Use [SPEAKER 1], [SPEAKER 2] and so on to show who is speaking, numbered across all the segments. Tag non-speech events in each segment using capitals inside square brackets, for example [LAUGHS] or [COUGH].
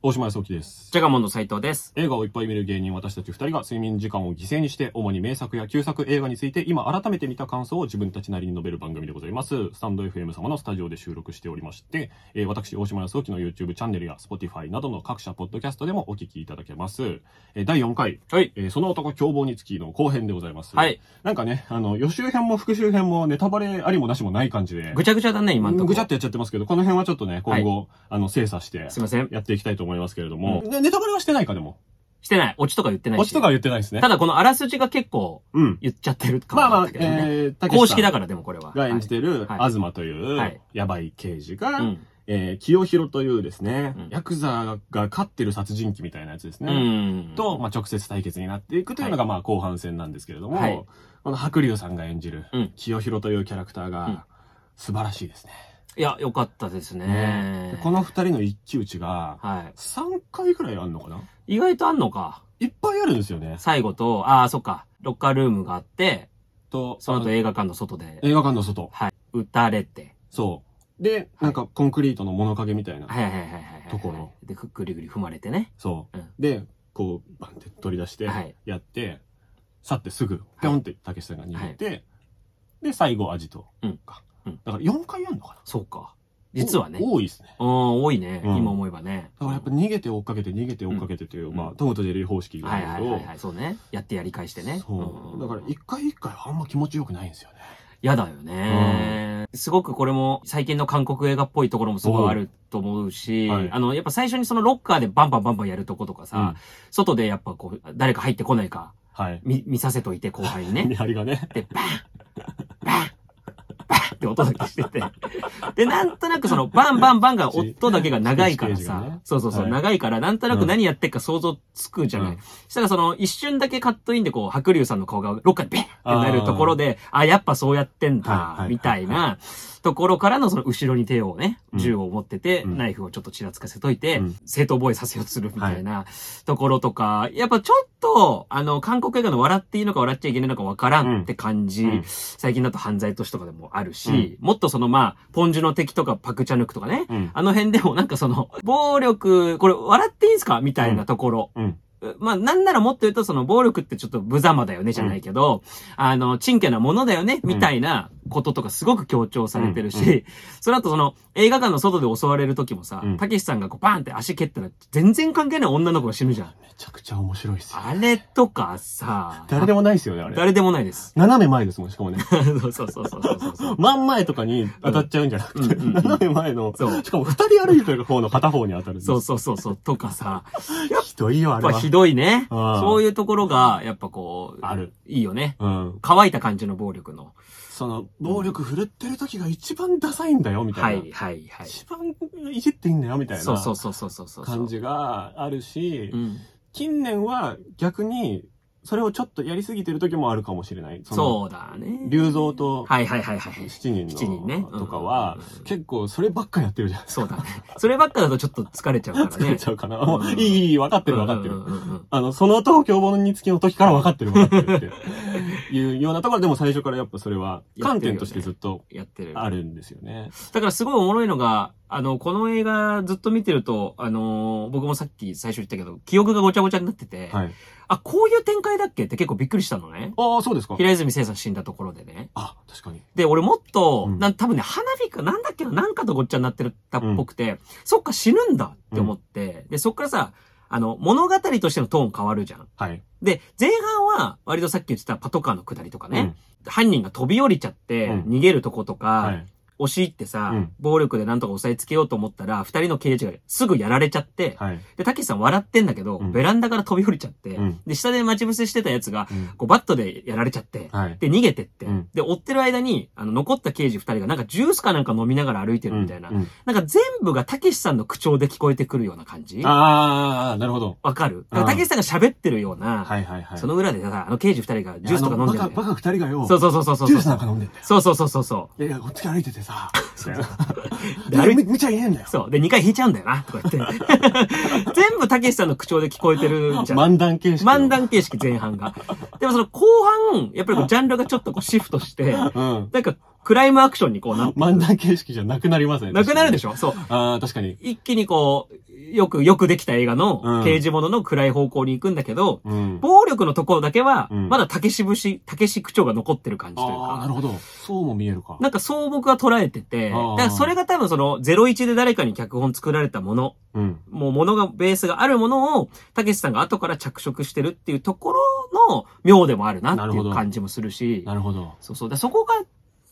[SPEAKER 1] 大島康之です。
[SPEAKER 2] ジャガモンの斉藤です。
[SPEAKER 1] 映画をいっぱい見る芸人、私たち二人が睡眠時間を犠牲にして、主に名作や旧作映画について、今改めて見た感想を自分たちなりに述べる番組でございます。スタンド FM 様のスタジオで収録しておりまして、えー私、大島康之の YouTube チャンネルや Spotify などの各社ポッドキャストでもお聞きいただけます。えー第4回、
[SPEAKER 2] はい。
[SPEAKER 1] えーその男凶暴につきの後編でございます。
[SPEAKER 2] はい。
[SPEAKER 1] なんかね、あの、予習編も復習編もネタバレありもなしもない感じで、
[SPEAKER 2] ぐちゃぐちゃだね、今んとこ。
[SPEAKER 1] ぐちゃってやっちゃってますけど、この辺はちょっとね、今後、あの、精査して
[SPEAKER 2] すいません。
[SPEAKER 1] やっていきたいと思いますけれども、ねネタバレはしてないかでも。
[SPEAKER 2] してない。オチとか言ってないし。
[SPEAKER 1] オチとかは言ってないですね
[SPEAKER 2] た。だこのあらすじが結構
[SPEAKER 1] うん。
[SPEAKER 2] 言っちゃってるか
[SPEAKER 1] まあま
[SPEAKER 2] も
[SPEAKER 1] あ、
[SPEAKER 2] だけどね。
[SPEAKER 1] えー、たけしさん
[SPEAKER 2] 公式だからでもこれは。
[SPEAKER 1] が演じてる、
[SPEAKER 2] はいはい
[SPEAKER 1] 東とい
[SPEAKER 2] は
[SPEAKER 1] う
[SPEAKER 2] い、
[SPEAKER 1] やばい刑事
[SPEAKER 2] は
[SPEAKER 1] が、
[SPEAKER 2] いうん。
[SPEAKER 1] えー清弘というですね、
[SPEAKER 2] うん
[SPEAKER 1] ヤクザが飼ってる殺人鬼みたいなやつです
[SPEAKER 2] う
[SPEAKER 1] ね。
[SPEAKER 2] ん。
[SPEAKER 1] と、、まあ、直接対決になっていくというのが、まあ、後半戦なんですけれども、
[SPEAKER 2] はい
[SPEAKER 1] この白龍さんが演じる
[SPEAKER 2] うん、
[SPEAKER 1] 清弘というキャラクター
[SPEAKER 2] うん
[SPEAKER 1] が、素晴らしいですね。
[SPEAKER 2] いや、よかったです
[SPEAKER 1] ね
[SPEAKER 2] ね
[SPEAKER 1] で。この二人の一騎打ちが、
[SPEAKER 2] は。
[SPEAKER 1] 3回くらいあるのかない
[SPEAKER 2] 意外とあんのか。
[SPEAKER 1] いっぱいあるんですよね。
[SPEAKER 2] 最後と、ああ、そっか。ロッカールームがあって、
[SPEAKER 1] と、
[SPEAKER 2] その後
[SPEAKER 1] あ
[SPEAKER 2] 映画館の外で、
[SPEAKER 1] 映画館の外。
[SPEAKER 2] はい。撃たれて。
[SPEAKER 1] そう。で、なんかコンクリートの物陰みたいな。
[SPEAKER 2] はいはいはいはいはいはい。
[SPEAKER 1] ところ。
[SPEAKER 2] で、ぐりぐり踏まれてね。
[SPEAKER 1] そう
[SPEAKER 2] うん。
[SPEAKER 1] で、こう、バンって取り出して
[SPEAKER 2] はい、
[SPEAKER 1] やって、去ってすぐ、ぴょんって竹下さんが逃げて、で、最後、アジト
[SPEAKER 2] うん
[SPEAKER 1] か
[SPEAKER 2] うん。
[SPEAKER 1] だから4回やるのかな
[SPEAKER 2] そうか。実はね。
[SPEAKER 1] お多いですね。
[SPEAKER 2] うん、多いね。
[SPEAKER 1] うん
[SPEAKER 2] 今思えばね。
[SPEAKER 1] だからやっぱ逃げて追っかけて逃げて追っかけてという、
[SPEAKER 2] うん
[SPEAKER 1] まあ、トムとジェリー方式が
[SPEAKER 2] はい
[SPEAKER 1] あ
[SPEAKER 2] は
[SPEAKER 1] る
[SPEAKER 2] い
[SPEAKER 1] け
[SPEAKER 2] はい
[SPEAKER 1] ど、
[SPEAKER 2] はい。そうね。やってやり返してね。
[SPEAKER 1] そう。だから
[SPEAKER 2] い
[SPEAKER 1] 一回一回あんま気持ちよくないんですよね。
[SPEAKER 2] やだよね、すごくこれも最近の韓国映画っぽいところもすごいあると思うし、
[SPEAKER 1] うんはい
[SPEAKER 2] あの、やっぱ最初にそのロッカーでバンバンバンバンやるとことかさ、
[SPEAKER 1] うん
[SPEAKER 2] 外でやっぱこう、誰か入ってこないか、
[SPEAKER 1] はい。
[SPEAKER 2] 見、見させといて後輩にね。
[SPEAKER 1] 見張りがね。
[SPEAKER 2] で、バンバンバンって音だけしてて。で、なんとなくその、バンバンバンが音だけが長いから
[SPEAKER 1] ステージが
[SPEAKER 2] さ
[SPEAKER 1] ね、
[SPEAKER 2] そうそうそう、
[SPEAKER 1] はい
[SPEAKER 2] 長いから、なんとなく何やってっか想像つくじゃない。
[SPEAKER 1] うん
[SPEAKER 2] したらその、一瞬だけカットインでこう、白龍さんの顔がロッカーでビンってなるところで、あやっぱそうやってん
[SPEAKER 1] はいはいはい
[SPEAKER 2] だ
[SPEAKER 1] は、い
[SPEAKER 2] みたいなところからのその、後ろに手をね、
[SPEAKER 1] うん
[SPEAKER 2] 銃を持ってて、
[SPEAKER 1] うん
[SPEAKER 2] ナイフをちょっとちらつかせといて
[SPEAKER 1] うん、
[SPEAKER 2] 正当防衛させようとするみたいなところとか、やっぱちょっと、あの、韓国映画の笑っていいのか笑っちゃいけないのかわからんって感じ、
[SPEAKER 1] うん
[SPEAKER 2] 最近だと犯罪都市とかでもあるし、もっとそのまあ、ポンジュの敵とかパクチャヌクとかね、
[SPEAKER 1] うん。
[SPEAKER 2] あの辺でもなんかその、 [LAUGHS] 暴力、これ笑っていいんすかみたいなところ。
[SPEAKER 1] うん。
[SPEAKER 2] まあ、なんならもっと言うとその暴力ってちょっと無様だよねじゃないけど、あの、チンケなものだよねみたいなこととかすごく強調されてるし、
[SPEAKER 1] うんう
[SPEAKER 2] [LAUGHS] その後その映画館の外で襲われる時もさ
[SPEAKER 1] うん、
[SPEAKER 2] たけしさんがこうバーンって足蹴ったら全然関係ない女の子が死ぬじゃん。
[SPEAKER 1] めちゃくちゃ面白いっすよ。
[SPEAKER 2] あれとかさ、
[SPEAKER 1] 誰でもないっすよね、あれ。
[SPEAKER 2] 誰でもないです。 [LAUGHS]
[SPEAKER 1] 斜め前ですもん、しかもね。
[SPEAKER 2] そうそうそうそうそうそう。
[SPEAKER 1] 真ん前とかに当たっちゃうんじゃなくて、
[SPEAKER 2] うんうんうん
[SPEAKER 1] 斜め前の、
[SPEAKER 2] そう
[SPEAKER 1] しかも二人歩いてる方の片方に当たるんです。
[SPEAKER 2] そうそうそ
[SPEAKER 1] [LAUGHS]
[SPEAKER 2] うそう、とかさ、
[SPEAKER 1] ひどいよ、あ
[SPEAKER 2] やっ
[SPEAKER 1] れ
[SPEAKER 2] ぱ
[SPEAKER 1] は
[SPEAKER 2] ひ。どいね。
[SPEAKER 1] うん
[SPEAKER 2] そういうところが、やっぱこう、
[SPEAKER 1] ある。
[SPEAKER 2] いいよね。
[SPEAKER 1] うん。
[SPEAKER 2] 乾いた感じの暴力の。
[SPEAKER 1] その、暴力振るってる時が一番ダサいんだよ、みたいな。
[SPEAKER 2] はいはいはい。
[SPEAKER 1] 一番いじっていいんだよ、みたい
[SPEAKER 2] そうそう
[SPEAKER 1] な
[SPEAKER 2] そうそうそうそう。
[SPEAKER 1] 感じがあるし
[SPEAKER 2] う、ん。
[SPEAKER 1] 近年は逆に、それをちょっとやりすぎてる時もあるかもしれない。の
[SPEAKER 2] そうだね。
[SPEAKER 1] 龍造と
[SPEAKER 2] はいはいはいはい。
[SPEAKER 1] 七人
[SPEAKER 2] 七人ね
[SPEAKER 1] のとかは
[SPEAKER 2] うんうんうん、
[SPEAKER 1] 結構そればっかやってるじゃん。
[SPEAKER 2] そうだね。そればっかだとちょっと疲れちゃうから
[SPEAKER 1] [LAUGHS]
[SPEAKER 2] ね。
[SPEAKER 1] 疲れちゃうかな。
[SPEAKER 2] うん
[SPEAKER 1] もういい、いいいい、分かってる分かってる
[SPEAKER 2] うん。うんうんうん
[SPEAKER 1] あの、その男凶暴につきの時から分かってる分かってるっていうようなところでも最初からやっぱそれは観点としてずっと
[SPEAKER 2] やってる。
[SPEAKER 1] あるんですよね。
[SPEAKER 2] だからすごいおもろいのが、あの、この映画ずっと見てると、あのー僕もさっき最初言ったけど、記憶がごちゃごちゃになってて、
[SPEAKER 1] はい。
[SPEAKER 2] あ、こういう展開だっけって結構びっくりしたのね。
[SPEAKER 1] ああ、そうですか。
[SPEAKER 2] 平泉聖さん死んだところでね。
[SPEAKER 1] あ、確かに。
[SPEAKER 2] で、俺もっと、
[SPEAKER 1] うん
[SPEAKER 2] なん多分ね、花火か、なんだっけな、なんかとごっちゃになってるたっぽくて、そっか死ぬんだって思って、で、そっからさ、あの、物語としてのトーン変わるじゃん。
[SPEAKER 1] はい。
[SPEAKER 2] で、前半は、割とさっき言ってたパトカーの下りとか
[SPEAKER 1] うん
[SPEAKER 2] ね、。犯人が飛び降りちゃって、
[SPEAKER 1] うん
[SPEAKER 2] 逃げるとことか、
[SPEAKER 1] はい。
[SPEAKER 2] 押し入ってさ、
[SPEAKER 1] うん
[SPEAKER 2] 暴力でなんとか押さえつけようと思ったら、二人の刑事がすぐやられちゃって、
[SPEAKER 1] はい。
[SPEAKER 2] で、たけしさん笑ってんだけど、
[SPEAKER 1] うん
[SPEAKER 2] ベランダから飛び降りちゃって、
[SPEAKER 1] うん
[SPEAKER 2] で、下で待ち伏せしてたやつが、
[SPEAKER 1] うん
[SPEAKER 2] こうバットでやられちゃって、
[SPEAKER 1] はい。
[SPEAKER 2] で、逃げてって。
[SPEAKER 1] うん
[SPEAKER 2] で、追ってる間に、あの、残った刑事二人がなんかジュースかなんか飲みながら歩いてるみたいな。
[SPEAKER 1] うんうん
[SPEAKER 2] なんか全部がたけしさんの口調で聞こえてくるような感じ
[SPEAKER 1] ああ、なるほど。
[SPEAKER 2] わかる
[SPEAKER 1] うん
[SPEAKER 2] たけしさんが喋ってるような、
[SPEAKER 1] はいはいはい。
[SPEAKER 2] その裏でさ、あの刑事二人がジュースとか飲んで
[SPEAKER 1] いやあのバカ、
[SPEAKER 2] る
[SPEAKER 1] バカ二人がよ、
[SPEAKER 2] そうそうそうそうそう。
[SPEAKER 1] ジュースなんか飲んでんだよ。
[SPEAKER 2] そうそうそうそうそう。
[SPEAKER 1] いやいや、こっちから歩いててさ、みたいな。
[SPEAKER 2] 誰
[SPEAKER 1] 見見ちゃいねえんだよ。
[SPEAKER 2] そう。で、2回引いちゃうんだよな、とか言
[SPEAKER 1] [LAUGHS]
[SPEAKER 2] って。全部たけしさんの口調で聞こえてるじゃん。
[SPEAKER 1] 漫談形式。
[SPEAKER 2] 漫。談形式前半が。でもその後半、やっぱりこうジャンルがちょっとこうシフトして、
[SPEAKER 1] うん。
[SPEAKER 2] なんかクライムアクションにこうな、
[SPEAKER 1] 漫談形式じゃなくなりますね。
[SPEAKER 2] なくなるで
[SPEAKER 1] し
[SPEAKER 2] しょそう。
[SPEAKER 1] ょ。ああ、確かに。
[SPEAKER 2] 一気にこう、よく、よくできた映画
[SPEAKER 1] うん
[SPEAKER 2] の刑事物の暗い方向に行くんだけど、
[SPEAKER 1] うん。
[SPEAKER 2] 暴力のところだけは、
[SPEAKER 1] うん
[SPEAKER 2] まだ竹し節、竹し口調が残ってる感じという
[SPEAKER 1] ああ、なる
[SPEAKER 2] か。
[SPEAKER 1] ほど。そうも見えるか。
[SPEAKER 2] なんかそう僕は捉えてて、
[SPEAKER 1] あ
[SPEAKER 2] だ
[SPEAKER 1] ー
[SPEAKER 2] からそれが多分その01で誰かに脚本作られたもの
[SPEAKER 1] うん。
[SPEAKER 2] もう物が、ベースがあるものを、たけしさんが後から着色してるっていうところの妙でもあるな
[SPEAKER 1] な
[SPEAKER 2] っ
[SPEAKER 1] る
[SPEAKER 2] てい
[SPEAKER 1] ほど
[SPEAKER 2] う感じもするし、
[SPEAKER 1] なるほど。
[SPEAKER 2] そうそう。だからそこが、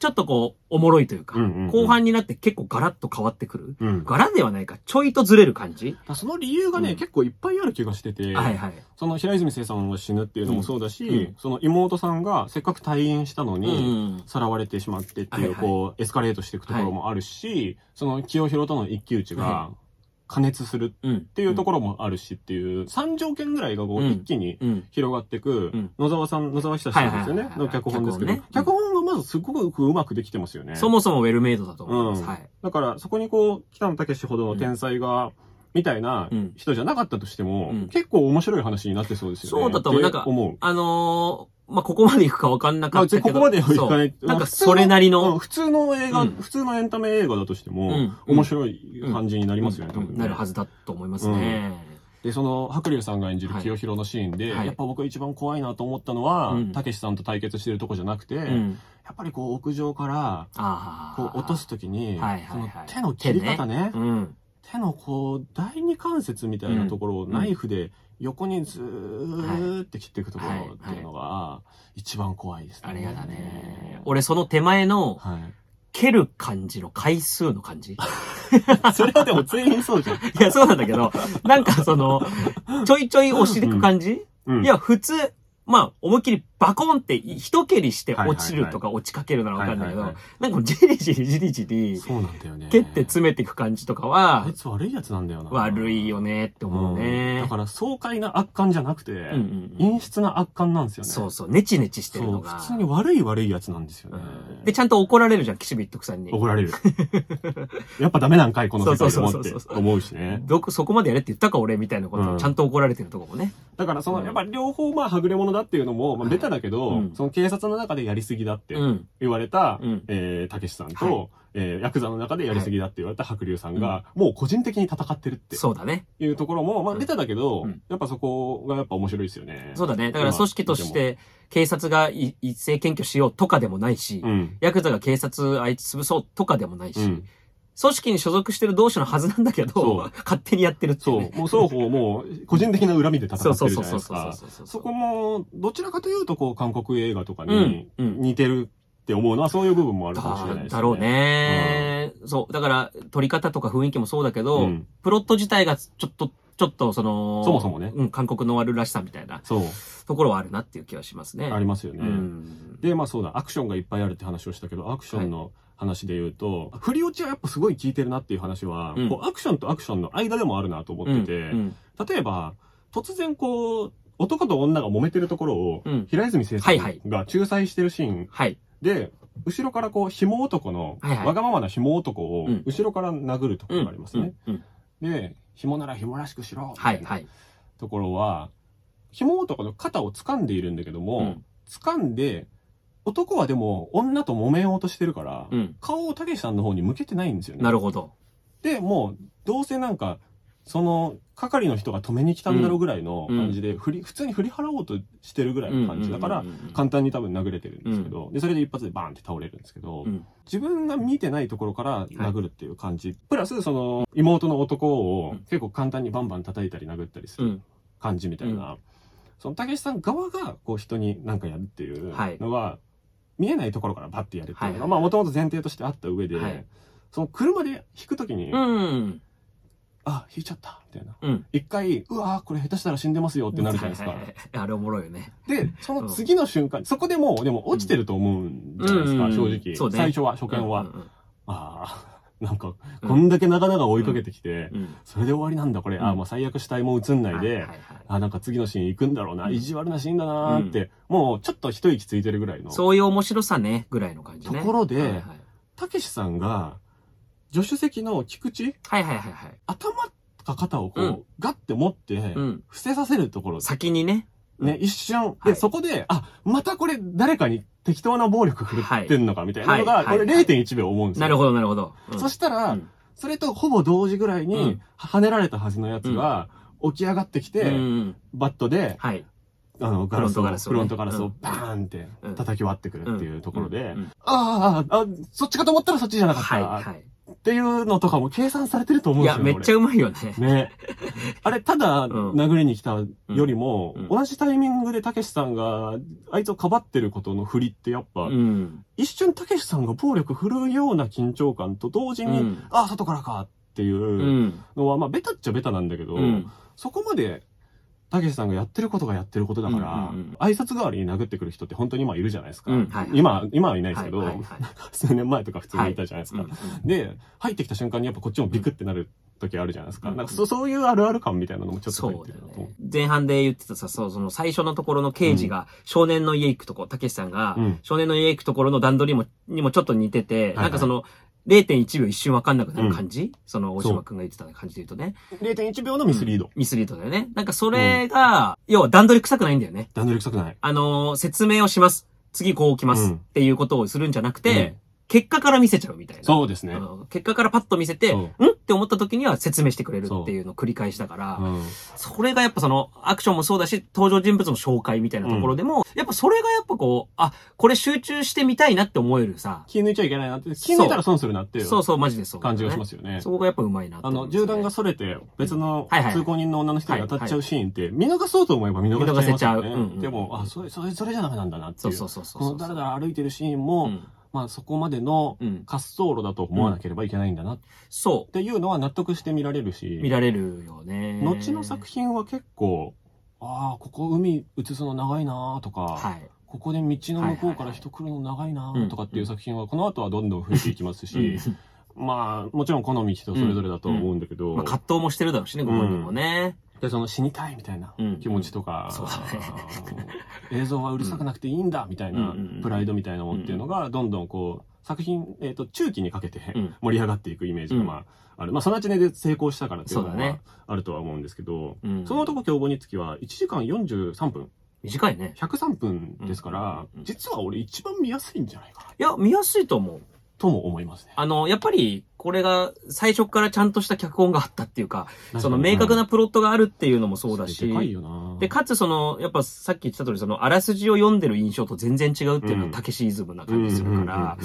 [SPEAKER 2] ちょっとこう、おもろいというか、
[SPEAKER 1] うんうんうん
[SPEAKER 2] 後半になって結構ガラッと変わってくる。
[SPEAKER 1] うん。だか
[SPEAKER 2] ガラではないか、ちょいとずれる感じ、
[SPEAKER 1] らその理由がね、
[SPEAKER 2] うん
[SPEAKER 1] 結構いっぱいある気がしてて、
[SPEAKER 2] はいはい。
[SPEAKER 1] その平泉成さんが死ぬっていうのもそうだし、
[SPEAKER 2] うんうん
[SPEAKER 1] その妹さんがせっかく退院したの
[SPEAKER 2] う
[SPEAKER 1] に、
[SPEAKER 2] ん。
[SPEAKER 1] さらわれてしまってっていう、
[SPEAKER 2] はいはい
[SPEAKER 1] こう、エスカレートしていくところもあるし、その清弘との一騎打ちが
[SPEAKER 2] は
[SPEAKER 1] 加熱するっ
[SPEAKER 2] うん。って
[SPEAKER 1] いうところもあるしっていう、3条件ぐらいがこう
[SPEAKER 2] うん
[SPEAKER 1] 一気に
[SPEAKER 2] ろ。うん。
[SPEAKER 1] 広がっていく
[SPEAKER 2] うん、
[SPEAKER 1] 野沢さん、野沢久志さんですよね
[SPEAKER 2] はいは、いはいはい
[SPEAKER 1] の脚本ですけど、脚
[SPEAKER 2] 脚
[SPEAKER 1] 本
[SPEAKER 2] 本
[SPEAKER 1] が
[SPEAKER 2] ね
[SPEAKER 1] まずすごくうまくできてますよね。
[SPEAKER 2] そもそもウェルメイドだと思います。
[SPEAKER 1] うん
[SPEAKER 2] はい。
[SPEAKER 1] だから、そこにこう、北野武ほどの天才が、みたいな
[SPEAKER 2] うん
[SPEAKER 1] 人じゃなかったとしても、
[SPEAKER 2] うん
[SPEAKER 1] 結構面白い話になってそうですよね。
[SPEAKER 2] そうだと思う
[SPEAKER 1] って
[SPEAKER 2] なんか
[SPEAKER 1] 思う。
[SPEAKER 2] あのー、まあ、ここまで行くかわかんな
[SPEAKER 1] ま
[SPEAKER 2] か
[SPEAKER 1] あ、
[SPEAKER 2] った
[SPEAKER 1] 別
[SPEAKER 2] け
[SPEAKER 1] に
[SPEAKER 2] ど。
[SPEAKER 1] ここまではいかない。
[SPEAKER 2] そうなんかそれなり
[SPEAKER 1] う
[SPEAKER 2] の
[SPEAKER 1] ん、普通の映画、
[SPEAKER 2] うん
[SPEAKER 1] 普通のエンタメ映画だとしても、
[SPEAKER 2] うん
[SPEAKER 1] 面白い感じになりますよね、多分ね
[SPEAKER 2] なるはずだと思いますね。
[SPEAKER 1] で、その、白龍さんが演じる
[SPEAKER 2] はい
[SPEAKER 1] 清弘のシーンで、
[SPEAKER 2] はい
[SPEAKER 1] やっぱ僕一番怖いなと思ったのは
[SPEAKER 2] うん、
[SPEAKER 1] たけしさんと対決してるとこじゃなくて、
[SPEAKER 2] うん。
[SPEAKER 1] やっぱりこう、屋上から、
[SPEAKER 2] ああ。
[SPEAKER 1] こう、落とすときに、
[SPEAKER 2] はい
[SPEAKER 1] そ
[SPEAKER 2] はい
[SPEAKER 1] の
[SPEAKER 2] はい
[SPEAKER 1] 手の切り方ね
[SPEAKER 2] う、ん。
[SPEAKER 1] 手のこう、第二関節みたいなところを
[SPEAKER 2] うん
[SPEAKER 1] ナイフで横にずーって切っていくところっていうのが、一番怖いですね。
[SPEAKER 2] あれやだね。俺、その手前の、
[SPEAKER 1] はい。
[SPEAKER 2] 蹴る感じの回数の
[SPEAKER 1] [LAUGHS]
[SPEAKER 2] 感じい
[SPEAKER 1] それはでも全員そうじゃん。
[SPEAKER 2] や、そうなんだけど、なんかその、ちょいちょい押していく感じ、
[SPEAKER 1] うん
[SPEAKER 2] いや、普通、まあ、思いっきりバコンって一蹴りして落ちるとか落ちかけるならわかるんだけど、
[SPEAKER 1] はいはい
[SPEAKER 2] なんかもうじりじりじりじり、
[SPEAKER 1] そうなんだよね。
[SPEAKER 2] 蹴って詰めていく感じとかは
[SPEAKER 1] あい、つ悪いやつなんだよな。
[SPEAKER 2] 悪いよねって思う
[SPEAKER 1] うん
[SPEAKER 2] ね
[SPEAKER 1] だ。から爽快な悪感じゃなくて、
[SPEAKER 2] うんうんうん
[SPEAKER 1] 陰湿な悪感なんですよね。
[SPEAKER 2] そうそう、ネチネチしてる
[SPEAKER 1] そう
[SPEAKER 2] のが。
[SPEAKER 1] 普通に悪い悪いやつなんですよね。
[SPEAKER 2] うんで、ちゃんと怒られるじゃん、岸一徳さんに。
[SPEAKER 1] 怒られる。 [LAUGHS] やっぱダメなんかい、この世界でも
[SPEAKER 2] そ
[SPEAKER 1] っ
[SPEAKER 2] う
[SPEAKER 1] て
[SPEAKER 2] そうそうそう
[SPEAKER 1] 思うしね。
[SPEAKER 2] どこ、そこまでやれって言ったか俺みたいなこと
[SPEAKER 1] うん
[SPEAKER 2] をちゃんと怒られてるとこもね。
[SPEAKER 1] だから、そうの、
[SPEAKER 2] ん
[SPEAKER 1] やっぱ両方、まあ、はぐれ者だっていうのも、まあ、ベタだけど、
[SPEAKER 2] うん
[SPEAKER 1] その警察の中でやりすぎだって
[SPEAKER 2] うん。
[SPEAKER 1] 言われた、
[SPEAKER 2] うん
[SPEAKER 1] えー、たけしさんと、
[SPEAKER 2] はい
[SPEAKER 1] えーヤクザの中でやりすぎだって言われた白龍さんが、もう個人的に戦ってるって
[SPEAKER 2] そうだね。
[SPEAKER 1] いうところも、まあ、
[SPEAKER 2] うん
[SPEAKER 1] ベタだけど、
[SPEAKER 2] うん
[SPEAKER 1] やっぱそこがやっぱ面白いですよね。
[SPEAKER 2] そうだね。だから組織として警察がい一斉検挙しようとかでもないし、
[SPEAKER 1] うん。
[SPEAKER 2] ヤクザが警察あいつ潰そうとかでもないし、
[SPEAKER 1] うん。
[SPEAKER 2] 組織に所属してる同士のはずなんだけ
[SPEAKER 1] そ
[SPEAKER 2] ど
[SPEAKER 1] う、
[SPEAKER 2] 勝手にやってるっていう、
[SPEAKER 1] そう。
[SPEAKER 2] ね。
[SPEAKER 1] もう双方もう、個人的な恨みで戦
[SPEAKER 2] そう
[SPEAKER 1] っ
[SPEAKER 2] そ
[SPEAKER 1] て
[SPEAKER 2] う
[SPEAKER 1] るじ
[SPEAKER 2] そ
[SPEAKER 1] ゃ
[SPEAKER 2] う
[SPEAKER 1] ない
[SPEAKER 2] そ
[SPEAKER 1] で
[SPEAKER 2] う
[SPEAKER 1] す
[SPEAKER 2] そうそ
[SPEAKER 1] か。そ
[SPEAKER 2] うそう。
[SPEAKER 1] こも、どちらかというと、こう、韓国映画とかに
[SPEAKER 2] うんうん
[SPEAKER 1] 似てるって思うのは、そういう部分もあるかもしれない
[SPEAKER 2] だ
[SPEAKER 1] ですね。
[SPEAKER 2] だろうね、そう。だから、撮り方とか雰囲気もそうだけど、
[SPEAKER 1] うん
[SPEAKER 2] プロット自体がちょっと、ちょっとその、
[SPEAKER 1] そもそもね
[SPEAKER 2] うん、韓国の悪らしさみたいな
[SPEAKER 1] そう。
[SPEAKER 2] ところはあるなっていう気はしますね。
[SPEAKER 1] ありますよね。
[SPEAKER 2] うん。
[SPEAKER 1] で、まあそうだ、アクションがいっぱいあるって話をしたけど、アクションの話で言うと、振り落ちはやっぱすごい効いてるなっていう話は、
[SPEAKER 2] うん
[SPEAKER 1] こうアクションとアクションの間でもあるなと思ってて、
[SPEAKER 2] うん
[SPEAKER 1] 例えば、突然こう、男と女が揉めてるところを、
[SPEAKER 2] うん
[SPEAKER 1] 平泉成さ
[SPEAKER 2] は
[SPEAKER 1] ん
[SPEAKER 2] いはい
[SPEAKER 1] が仲裁してるシーン
[SPEAKER 2] はい。
[SPEAKER 1] で、後ろからこう、紐男の、
[SPEAKER 2] はいはい
[SPEAKER 1] わがままな紐男を
[SPEAKER 2] うん、
[SPEAKER 1] 後ろから殴るところがありますね。
[SPEAKER 2] うん。うん
[SPEAKER 1] で、紐なら紐らしくしろ、みた
[SPEAKER 2] はいい、
[SPEAKER 1] な
[SPEAKER 2] はい。
[SPEAKER 1] ところは、紐男の肩を掴んでいるんだけども、
[SPEAKER 2] うん
[SPEAKER 1] 掴んで、男はでも女と揉めようとしてるから、
[SPEAKER 2] うん。
[SPEAKER 1] 顔をたけしさんの方に向けてないんですよね。
[SPEAKER 2] なるほど。
[SPEAKER 1] で、もう、どうせなんか、その、係の人が止めに来たんだろうぐらいの感じで、振り、普通に振り払おうとしてるぐらいの感じだから
[SPEAKER 2] うん、うんうんうん
[SPEAKER 1] 簡単に多分殴れてるんですけど、で、それで一発でバーンって倒れるんですけど、
[SPEAKER 2] うん
[SPEAKER 1] 自分が見てないところから殴るっていう感じ。プラス、その、妹の男を
[SPEAKER 2] うん
[SPEAKER 1] 結構簡単にバンバン叩いたり殴ったりす
[SPEAKER 2] う
[SPEAKER 1] る
[SPEAKER 2] ん。
[SPEAKER 1] 感じみたいな。その、たけしさん側が、こう、人に何かやるっていうのは、見えないところからバッてやるっていうの
[SPEAKER 2] は
[SPEAKER 1] が、
[SPEAKER 2] い
[SPEAKER 1] まあ、もともと前提としてあった上で、
[SPEAKER 2] はい
[SPEAKER 1] その、車で引くときに、
[SPEAKER 2] うん。
[SPEAKER 1] あ、引いちゃった、みたいな。
[SPEAKER 2] うん。
[SPEAKER 1] 一回、うわーこれ下手したら死んでますよってなるじゃないですか
[SPEAKER 2] は。はいはいあれおもろいよね。
[SPEAKER 1] で、その次の瞬間、そこでもう、でも落ちてると思うんじゃないですか、
[SPEAKER 2] うん
[SPEAKER 1] 正直。
[SPEAKER 2] そうね
[SPEAKER 1] 最初は、初見は。
[SPEAKER 2] うんうん
[SPEAKER 1] ああ、なんか、こんだけなかなか追いかけてきて、
[SPEAKER 2] うん。
[SPEAKER 1] それで終わりなんだ、これ。
[SPEAKER 2] うん
[SPEAKER 1] ああ、もう最悪死体も映んない
[SPEAKER 2] はい
[SPEAKER 1] で、
[SPEAKER 2] はいはい
[SPEAKER 1] ああ、なんか次のシーン行くんだろうな、
[SPEAKER 2] うん
[SPEAKER 1] 意地悪なシーンだなーって、もうちょっと一息ついてるぐらいの。
[SPEAKER 2] そういう面白さね、ぐらいの感じね。
[SPEAKER 1] ところで
[SPEAKER 2] はいはい
[SPEAKER 1] たけしさんが、助手席の菊池、
[SPEAKER 2] はいはいはいはい。
[SPEAKER 1] 頭か肩をこう、
[SPEAKER 2] うん
[SPEAKER 1] ガッて持って
[SPEAKER 2] う、ん。
[SPEAKER 1] 伏せさせるところ、
[SPEAKER 2] 先にね。
[SPEAKER 1] ね、一瞬、
[SPEAKER 2] は
[SPEAKER 1] で、
[SPEAKER 2] い
[SPEAKER 1] そこで、あ、またこれ誰かに適当な暴力振るってんのか、みたいなのが、
[SPEAKER 2] はい
[SPEAKER 1] これ
[SPEAKER 2] はいはい
[SPEAKER 1] 0.1秒思うんですよ。
[SPEAKER 2] なるほどなるほど。うん
[SPEAKER 1] そしたら、
[SPEAKER 2] うん
[SPEAKER 1] それとほぼ同時ぐらいうに
[SPEAKER 2] ん、
[SPEAKER 1] 跳ねられたはずのやつが、起き上がってきて、
[SPEAKER 2] うんうん。
[SPEAKER 1] バットで、
[SPEAKER 2] はい。
[SPEAKER 1] あの、ガラスを、フ
[SPEAKER 2] フ
[SPEAKER 1] ロ
[SPEAKER 2] ロ
[SPEAKER 1] ン
[SPEAKER 2] ン
[SPEAKER 1] ト
[SPEAKER 2] ト
[SPEAKER 1] ガラス
[SPEAKER 2] ガラス
[SPEAKER 1] を
[SPEAKER 2] をね
[SPEAKER 1] バーンって
[SPEAKER 2] うん
[SPEAKER 1] 叩き割ってくるっていうところで、
[SPEAKER 2] うんうん
[SPEAKER 1] ああ、あ、そっちかと思ったらそっちじゃなかった、
[SPEAKER 2] はいはい。
[SPEAKER 1] っていうのとかも計算されてると思うんで
[SPEAKER 2] いや、
[SPEAKER 1] すよ
[SPEAKER 2] め
[SPEAKER 1] ね。
[SPEAKER 2] っちゃうまいよね。
[SPEAKER 1] 俺ね。あれ、ただ、
[SPEAKER 2] うん
[SPEAKER 1] 殴りに来たよりも、
[SPEAKER 2] うん
[SPEAKER 1] 同じタイミングでたけしさんが、あいつをかばってることの振りってやっぱ、
[SPEAKER 2] うん。
[SPEAKER 1] 一瞬たけしさんが暴力振るうような緊張感と同時
[SPEAKER 2] う
[SPEAKER 1] に、
[SPEAKER 2] ん。。
[SPEAKER 1] ああ、外からかっていううんのは、まあ、ベタっちゃベタなんだけど、
[SPEAKER 2] うん。
[SPEAKER 1] そこまで、たけしさんがやってることがやってることだから、
[SPEAKER 2] うんうんうん
[SPEAKER 1] 挨拶代わりに殴ってくる人って本当に今いるじゃないですか。
[SPEAKER 2] うんはい
[SPEAKER 1] 今、今はいないです
[SPEAKER 2] は
[SPEAKER 1] け
[SPEAKER 2] い
[SPEAKER 1] ど、
[SPEAKER 2] はい
[SPEAKER 1] [LAUGHS]
[SPEAKER 2] はい。
[SPEAKER 1] 数年前とか普通にいたじゃないです
[SPEAKER 2] うん
[SPEAKER 1] か。
[SPEAKER 2] うん
[SPEAKER 1] で、入ってきた瞬間にやっぱこっちもビクってなる時あるじゃないですか。
[SPEAKER 2] うん
[SPEAKER 1] なんかそそういうあるある感みたいなのもちょっと
[SPEAKER 2] そう
[SPEAKER 1] 入って
[SPEAKER 2] だ
[SPEAKER 1] る
[SPEAKER 2] よ
[SPEAKER 1] なと思
[SPEAKER 2] ね。前半で言ってたさ、そう、その最初のところの刑事が、少年の家行くとこ、たけしさんが、
[SPEAKER 1] うん
[SPEAKER 2] 少年の家行くところの段取りも、にもちょっと似てて、
[SPEAKER 1] いはい
[SPEAKER 2] なんかその、0.1秒一瞬わかんなくなる感じ、その、大島くんが言ってた感じで言うとね。
[SPEAKER 1] う。0.1秒のミスリード。
[SPEAKER 2] ミスリードだよね。なんかそれが、要は段取り臭くないんだよね。
[SPEAKER 1] 段取り臭くない。
[SPEAKER 2] あのー説明をします。次こう来ま
[SPEAKER 1] う
[SPEAKER 2] す。
[SPEAKER 1] ん
[SPEAKER 2] っていうことをするんじゃなくて、
[SPEAKER 1] うん
[SPEAKER 2] 結果から見せちゃうみたいな。
[SPEAKER 1] そうです
[SPEAKER 2] あ
[SPEAKER 1] ね。
[SPEAKER 2] の結果からパッと見せて、
[SPEAKER 1] そ
[SPEAKER 2] ん
[SPEAKER 1] う
[SPEAKER 2] って思った時には説明してくれるっていうのを繰り返しだから、
[SPEAKER 1] うん
[SPEAKER 2] それがやっぱそのアクションもそうだし、登場人物の紹介みたいなところでも、やっぱそれがやっぱこう、あ、これ集中してみたいなって思えるさ。
[SPEAKER 1] 気抜いちゃいけないなって、気抜いたら損するなってい
[SPEAKER 2] そう
[SPEAKER 1] う
[SPEAKER 2] そう、マジでそう、
[SPEAKER 1] 感じがしますすよね。
[SPEAKER 2] そこがやっぱうまいなって
[SPEAKER 1] あ
[SPEAKER 2] 思い
[SPEAKER 1] の、
[SPEAKER 2] ますね
[SPEAKER 1] 銃弾がそれて、別の
[SPEAKER 2] はいはい
[SPEAKER 1] 通行人の女の人に当たっちゃうシーンって、見逃そうと思えば見逃せちゃいますよね
[SPEAKER 2] 見逃せちゃううんうん
[SPEAKER 1] でも、あ、それ、それ、それじゃダメなんだなって
[SPEAKER 2] そ
[SPEAKER 1] いうう。
[SPEAKER 2] そうそうそう
[SPEAKER 1] こ
[SPEAKER 2] そ
[SPEAKER 1] の
[SPEAKER 2] う。
[SPEAKER 1] だらだら歩いてるシーンも、
[SPEAKER 2] うん
[SPEAKER 1] まあそこまでの
[SPEAKER 2] う
[SPEAKER 1] 滑
[SPEAKER 2] ん。
[SPEAKER 1] 走路だと思わなければいけないんだなっ
[SPEAKER 2] そ
[SPEAKER 1] ていうのは納得して見られるし
[SPEAKER 2] う。、見られるよね。
[SPEAKER 1] 後の作品は結構、ああ、ここ海映すの長いなーとか、
[SPEAKER 2] はい。
[SPEAKER 1] ここで道の向こうから人来るの長いなーとかっていう作品は、この後はどんどん増えていきますし、まあ、もちろん好み人それぞれだとは思うんだけど、
[SPEAKER 2] まあ、葛藤もしてるだろうしね、ご本人もね。
[SPEAKER 1] で、その死にたいみたいな
[SPEAKER 2] うん
[SPEAKER 1] 気持ちとか、
[SPEAKER 2] そうだね
[SPEAKER 1] あ [LAUGHS] の映像はうるさくなくていいんだみたいな
[SPEAKER 2] うんうん
[SPEAKER 1] プライドみたいなもんっていうのが、どんどんこう、作品、えっ、と、中期にかけて
[SPEAKER 2] うん
[SPEAKER 1] 盛り上がっていくイメージが、まあ、ある。まあ、そのうちねで成功したからっていうの
[SPEAKER 2] そう
[SPEAKER 1] は
[SPEAKER 2] だね
[SPEAKER 1] あるとは思うんですけど、
[SPEAKER 2] うん
[SPEAKER 1] その男凶暴につきは1時間43分、
[SPEAKER 2] 短いね。
[SPEAKER 1] 103分ですから、
[SPEAKER 2] うん
[SPEAKER 1] 実は俺一番見やすいんじゃないかない
[SPEAKER 2] や、見やすいと思う。
[SPEAKER 1] とも思いますね。
[SPEAKER 2] あの、やっぱり、これが最初からちゃんとした脚本があったっていうか、
[SPEAKER 1] なんか
[SPEAKER 2] その明確なプロットがあるっていうのもそうだ
[SPEAKER 1] それでかい
[SPEAKER 2] し、
[SPEAKER 1] よな
[SPEAKER 2] で、かつその、やっぱさっき言ってた通り、その、あらすじを読んでる印象と全然違うっていうの
[SPEAKER 1] うん
[SPEAKER 2] は、たけしイズムな感じする
[SPEAKER 1] うん、う
[SPEAKER 2] から
[SPEAKER 1] んうんうん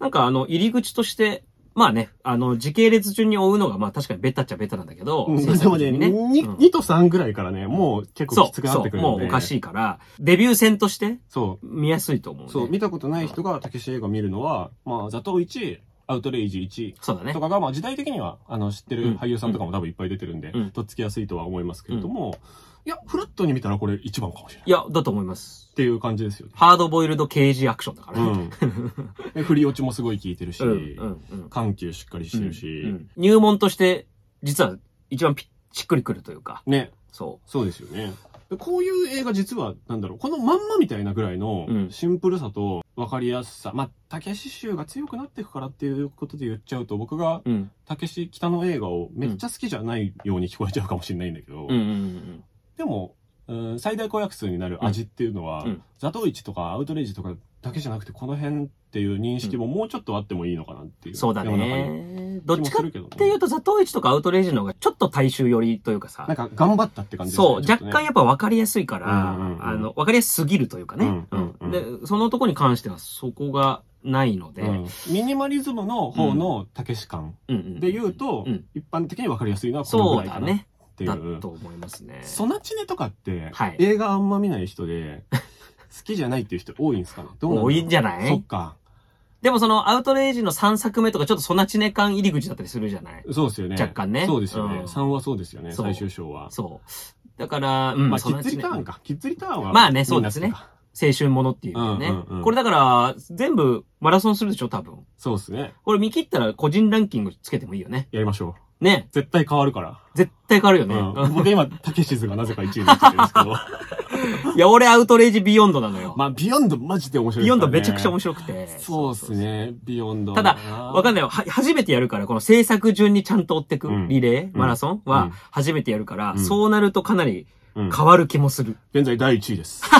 [SPEAKER 2] なんかあの、入り口として、まあね、あの、時系列順に追うのが、まあ確かにベタっちゃベタなんだけど、
[SPEAKER 1] うん
[SPEAKER 2] 制
[SPEAKER 1] でも
[SPEAKER 2] 作
[SPEAKER 1] ね、
[SPEAKER 2] 順
[SPEAKER 1] に
[SPEAKER 2] にうん
[SPEAKER 1] 2と3ぐらいからね、もう結構
[SPEAKER 2] そ
[SPEAKER 1] きつ
[SPEAKER 2] う、
[SPEAKER 1] くなっ
[SPEAKER 2] そ
[SPEAKER 1] てく
[SPEAKER 2] う、
[SPEAKER 1] るん
[SPEAKER 2] も
[SPEAKER 1] で。
[SPEAKER 2] うおかしいから、デビュー戦として
[SPEAKER 1] そ
[SPEAKER 2] 見やすいと思う、
[SPEAKER 1] う。
[SPEAKER 2] ね。
[SPEAKER 1] そう、見たことない人がたけし映画見るのは、まあ、ザトウ1、アウトレイジ1、
[SPEAKER 2] そうだね
[SPEAKER 1] と。かが、まあ時代的には、あの、知って
[SPEAKER 2] う
[SPEAKER 1] る
[SPEAKER 2] ん
[SPEAKER 1] 俳優さんとかも多分いっぱい出てるんで、
[SPEAKER 2] うん
[SPEAKER 1] とっつきやすいとは思いますけれども、いや、フラットに見たらこれ一番かもしれない。
[SPEAKER 2] いや、だと思います
[SPEAKER 1] っ。ていう感じですよね。
[SPEAKER 2] ハードボイルド刑事アクションだから
[SPEAKER 1] う
[SPEAKER 2] ね。
[SPEAKER 1] ん。で振り落ちもすごい効いてるし、
[SPEAKER 2] うん、うん、うん。
[SPEAKER 1] 緩急しっかりしてるし、
[SPEAKER 2] うん入門として、実は一番ぴしっくりくるというか、
[SPEAKER 1] ね、
[SPEAKER 2] そ
[SPEAKER 1] そうですよね。でこういう映画実は、なんだろう、このまんまみたいなぐらいの
[SPEAKER 2] うん
[SPEAKER 1] シンプルさと分かりやすさ。まあ、たけし州が強くなっていくからっていうことで言っちゃうと、僕が
[SPEAKER 2] う。うん。
[SPEAKER 1] たけし北の映画をめっちゃ好きじゃないように聞こえちゃうかもしれないんだけど、
[SPEAKER 2] うん、うん、うん。
[SPEAKER 1] でも、うん最大公約数になる味っていうのは、
[SPEAKER 2] うんうん
[SPEAKER 1] ザトウイチとかアウトレイジとかだけじゃなくて、この辺っていう認識ももうちょっとあってもいいのかなっていう。
[SPEAKER 2] そうだ
[SPEAKER 1] 世の中に
[SPEAKER 2] ね。どっちか
[SPEAKER 1] 気
[SPEAKER 2] っ
[SPEAKER 1] もするけ
[SPEAKER 2] て
[SPEAKER 1] ど
[SPEAKER 2] い
[SPEAKER 1] ね
[SPEAKER 2] うと、ザトウイチとかアウトレイジの方がちょっと大衆寄りというかさ
[SPEAKER 1] な、んか頑張ったって感じですね
[SPEAKER 2] そう、
[SPEAKER 1] ちょっ
[SPEAKER 2] 若
[SPEAKER 1] とね
[SPEAKER 2] 干やっぱ分かりやすいから
[SPEAKER 1] うんうんう、ん
[SPEAKER 2] あの、分かりやすすぎるというかね
[SPEAKER 1] うんうん。う
[SPEAKER 2] うんんで、そのとこに関してはそこがないので、
[SPEAKER 1] うんミニマリズムの方のたけし感。で言うと、
[SPEAKER 2] と、うん
[SPEAKER 1] 一般的に分かりやすいのはこのぐら
[SPEAKER 2] そう
[SPEAKER 1] い
[SPEAKER 2] だ
[SPEAKER 1] かなっ
[SPEAKER 2] ね。
[SPEAKER 1] てい
[SPEAKER 2] だ
[SPEAKER 1] う。
[SPEAKER 2] と思いますね。
[SPEAKER 1] ソナチネとかって、
[SPEAKER 2] はい
[SPEAKER 1] 映画あんま見ない人
[SPEAKER 2] [LAUGHS]
[SPEAKER 1] で、好きじゃないっていう人多いんですかねどうなんだろう
[SPEAKER 2] 多いんじゃな
[SPEAKER 1] そっ
[SPEAKER 2] い
[SPEAKER 1] か。
[SPEAKER 2] でもそのアウトレイジの3作目とかちょっとソナチネ感入り口だったりするじゃない
[SPEAKER 1] そうですよね。
[SPEAKER 2] 若干ね
[SPEAKER 1] そうですよね。
[SPEAKER 2] うん
[SPEAKER 1] 3はそうですよね、
[SPEAKER 2] そう
[SPEAKER 1] 最終章は。
[SPEAKER 2] そう。だから、うん、
[SPEAKER 1] まあ、
[SPEAKER 2] そ
[SPEAKER 1] キ
[SPEAKER 2] の
[SPEAKER 1] ッ
[SPEAKER 2] 話
[SPEAKER 1] ズリターン
[SPEAKER 2] ね
[SPEAKER 1] か。キッズリターンは。
[SPEAKER 2] まあねそうですね
[SPEAKER 1] みんな好きか。
[SPEAKER 2] 青春ものっていうかね、
[SPEAKER 1] うんうんうん
[SPEAKER 2] これだから、全部マラソンするでしょ、多分。
[SPEAKER 1] そうですね。
[SPEAKER 2] これ見切ったら個人ランキングつけてもいいよね。
[SPEAKER 1] やりましょ
[SPEAKER 2] ね。
[SPEAKER 1] 絶対変わるから。
[SPEAKER 2] 絶対変わるよ
[SPEAKER 1] う
[SPEAKER 2] ね。
[SPEAKER 1] ん、僕今、タケシズがなぜか1位になってるんですけど。
[SPEAKER 2] [LAUGHS] いや、俺アウトレイジビヨンドなのよ。
[SPEAKER 1] まあ、ビヨンドマジで面白い
[SPEAKER 2] ビヨンドめちゃくちゃ面
[SPEAKER 1] 白
[SPEAKER 2] 白くて。
[SPEAKER 1] そうですね、ビヨンド。
[SPEAKER 2] ただわかんないよ。は、初めてやるから、この制作順にちゃんと追ってく、
[SPEAKER 1] うん
[SPEAKER 2] リレー、
[SPEAKER 1] うん
[SPEAKER 2] マラソン
[SPEAKER 1] うん
[SPEAKER 2] は、初めてやるから、
[SPEAKER 1] うん
[SPEAKER 2] そうなるとかなり
[SPEAKER 1] うん
[SPEAKER 2] 変わる気もする。
[SPEAKER 1] 現在第1位です。
[SPEAKER 2] [LAUGHS]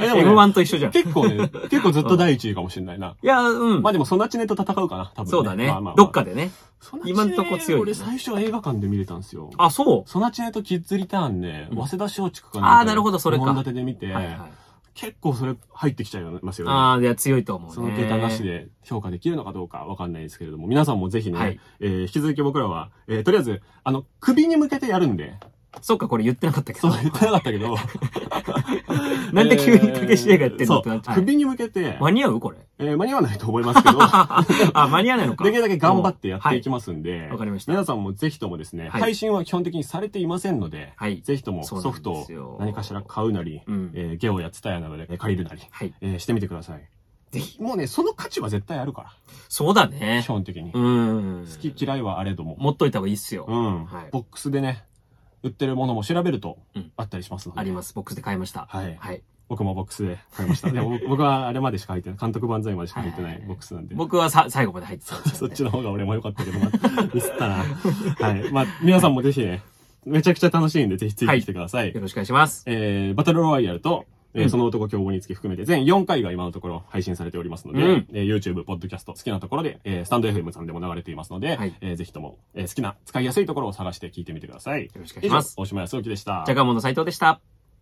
[SPEAKER 1] えでもね
[SPEAKER 2] M1 と一緒じゃん。い
[SPEAKER 1] 結構ね、結構ずっと第1位かもしれないな。
[SPEAKER 2] や、うん。
[SPEAKER 1] まあでも、ソナチネと戦うかな、多分、
[SPEAKER 2] そうだね、
[SPEAKER 1] まあまあまあ
[SPEAKER 2] どっ。かでね。
[SPEAKER 1] ソナチネ
[SPEAKER 2] 今んとこ強い
[SPEAKER 1] 俺最初映画館で見れたんですよ。
[SPEAKER 2] あ、そ
[SPEAKER 1] ソナチネとキッズリターンね、
[SPEAKER 2] うん
[SPEAKER 1] 早稲田松竹か
[SPEAKER 2] あーなるほどそれか
[SPEAKER 1] 本立てで見て、
[SPEAKER 2] う。はいはい。
[SPEAKER 1] 結構それ入ってきちゃいますよね。
[SPEAKER 2] ああ、いや、強いと思うね。
[SPEAKER 1] そのデータなしで評価できるのかどうかわかんないですけれども、皆さんもぜひね、
[SPEAKER 2] はい
[SPEAKER 1] えー引き続き僕らは、えーとりあえず、あの、首に向けてやるんで、
[SPEAKER 2] そっか、これ言ってなかったけ
[SPEAKER 1] そ
[SPEAKER 2] ど。
[SPEAKER 1] う。言ってなかったけど
[SPEAKER 2] [LAUGHS] なんで急に竹下がやってんのって
[SPEAKER 1] え
[SPEAKER 2] なっ
[SPEAKER 1] ー
[SPEAKER 2] ち
[SPEAKER 1] そ
[SPEAKER 2] ゃ
[SPEAKER 1] う、
[SPEAKER 2] う
[SPEAKER 1] 首に向けて、
[SPEAKER 2] 間に合
[SPEAKER 1] [LAUGHS]
[SPEAKER 2] うこれ。
[SPEAKER 1] えー間に合わないと思いますけ
[SPEAKER 2] [LAUGHS]
[SPEAKER 1] ど、
[SPEAKER 2] あ、間に合わないのか。
[SPEAKER 1] できるだけ頑張ってやっていきますんで、
[SPEAKER 2] いわかりました
[SPEAKER 1] 皆さんもぜひともですね、
[SPEAKER 2] はい
[SPEAKER 1] 配信は基本的にされていませんので、
[SPEAKER 2] はい
[SPEAKER 1] ぜひとも
[SPEAKER 2] そう
[SPEAKER 1] ソ
[SPEAKER 2] なんで
[SPEAKER 1] フ
[SPEAKER 2] すよ
[SPEAKER 1] トを何かしら買うなり、
[SPEAKER 2] うん
[SPEAKER 1] えーゲオやツタヤなどで借りるなり、
[SPEAKER 2] はい。
[SPEAKER 1] えーしてみてください。
[SPEAKER 2] ぜひ。
[SPEAKER 1] もうね、その価値は絶対あるか
[SPEAKER 2] そうだ
[SPEAKER 1] ら、
[SPEAKER 2] ね
[SPEAKER 1] 基。本的に。
[SPEAKER 2] うん。
[SPEAKER 1] 好き嫌いはあれども。
[SPEAKER 2] 持っといた方がいいっすよ。
[SPEAKER 1] うん、
[SPEAKER 2] はい
[SPEAKER 1] ボックスでね、売ってるものも調べると
[SPEAKER 2] うん
[SPEAKER 1] あったりしますので。
[SPEAKER 2] あります。ボックスで買いました。
[SPEAKER 1] はい。
[SPEAKER 2] はい。
[SPEAKER 1] 僕もボックスで買い
[SPEAKER 2] [LAUGHS]
[SPEAKER 1] ました。でも僕僕はあれまでしか入ってない。監督万歳までしか入ってな
[SPEAKER 2] はい
[SPEAKER 1] いボックスなんで。
[SPEAKER 2] 僕はさ、最後まで入ってたんです
[SPEAKER 1] そ
[SPEAKER 2] よ
[SPEAKER 1] っ
[SPEAKER 2] ね
[SPEAKER 1] ちの方が俺も良かったけど、まあミスったな。はい。まあ、皆さんもぜひね、めちゃくちゃ楽しいんで、ぜひついてきてください。
[SPEAKER 2] よろしくお願いします。
[SPEAKER 1] えー、バトルロワイヤルと、えー
[SPEAKER 2] うん
[SPEAKER 1] その男競合につき含めて全4回が今のところ配信されておりますので、
[SPEAKER 2] うん
[SPEAKER 1] えー YouTube、Podcast、好きなところで、えー、スタンド FM さんでも流れていますので、
[SPEAKER 2] はい
[SPEAKER 1] えーぜひとも、えー好きな、使いやすいところを探して聞いてみてください。
[SPEAKER 2] よろしくお願い
[SPEAKER 1] 以
[SPEAKER 2] し
[SPEAKER 1] 上
[SPEAKER 2] ます、
[SPEAKER 1] 大島康之でした。
[SPEAKER 2] ジャガモンの斉藤でした。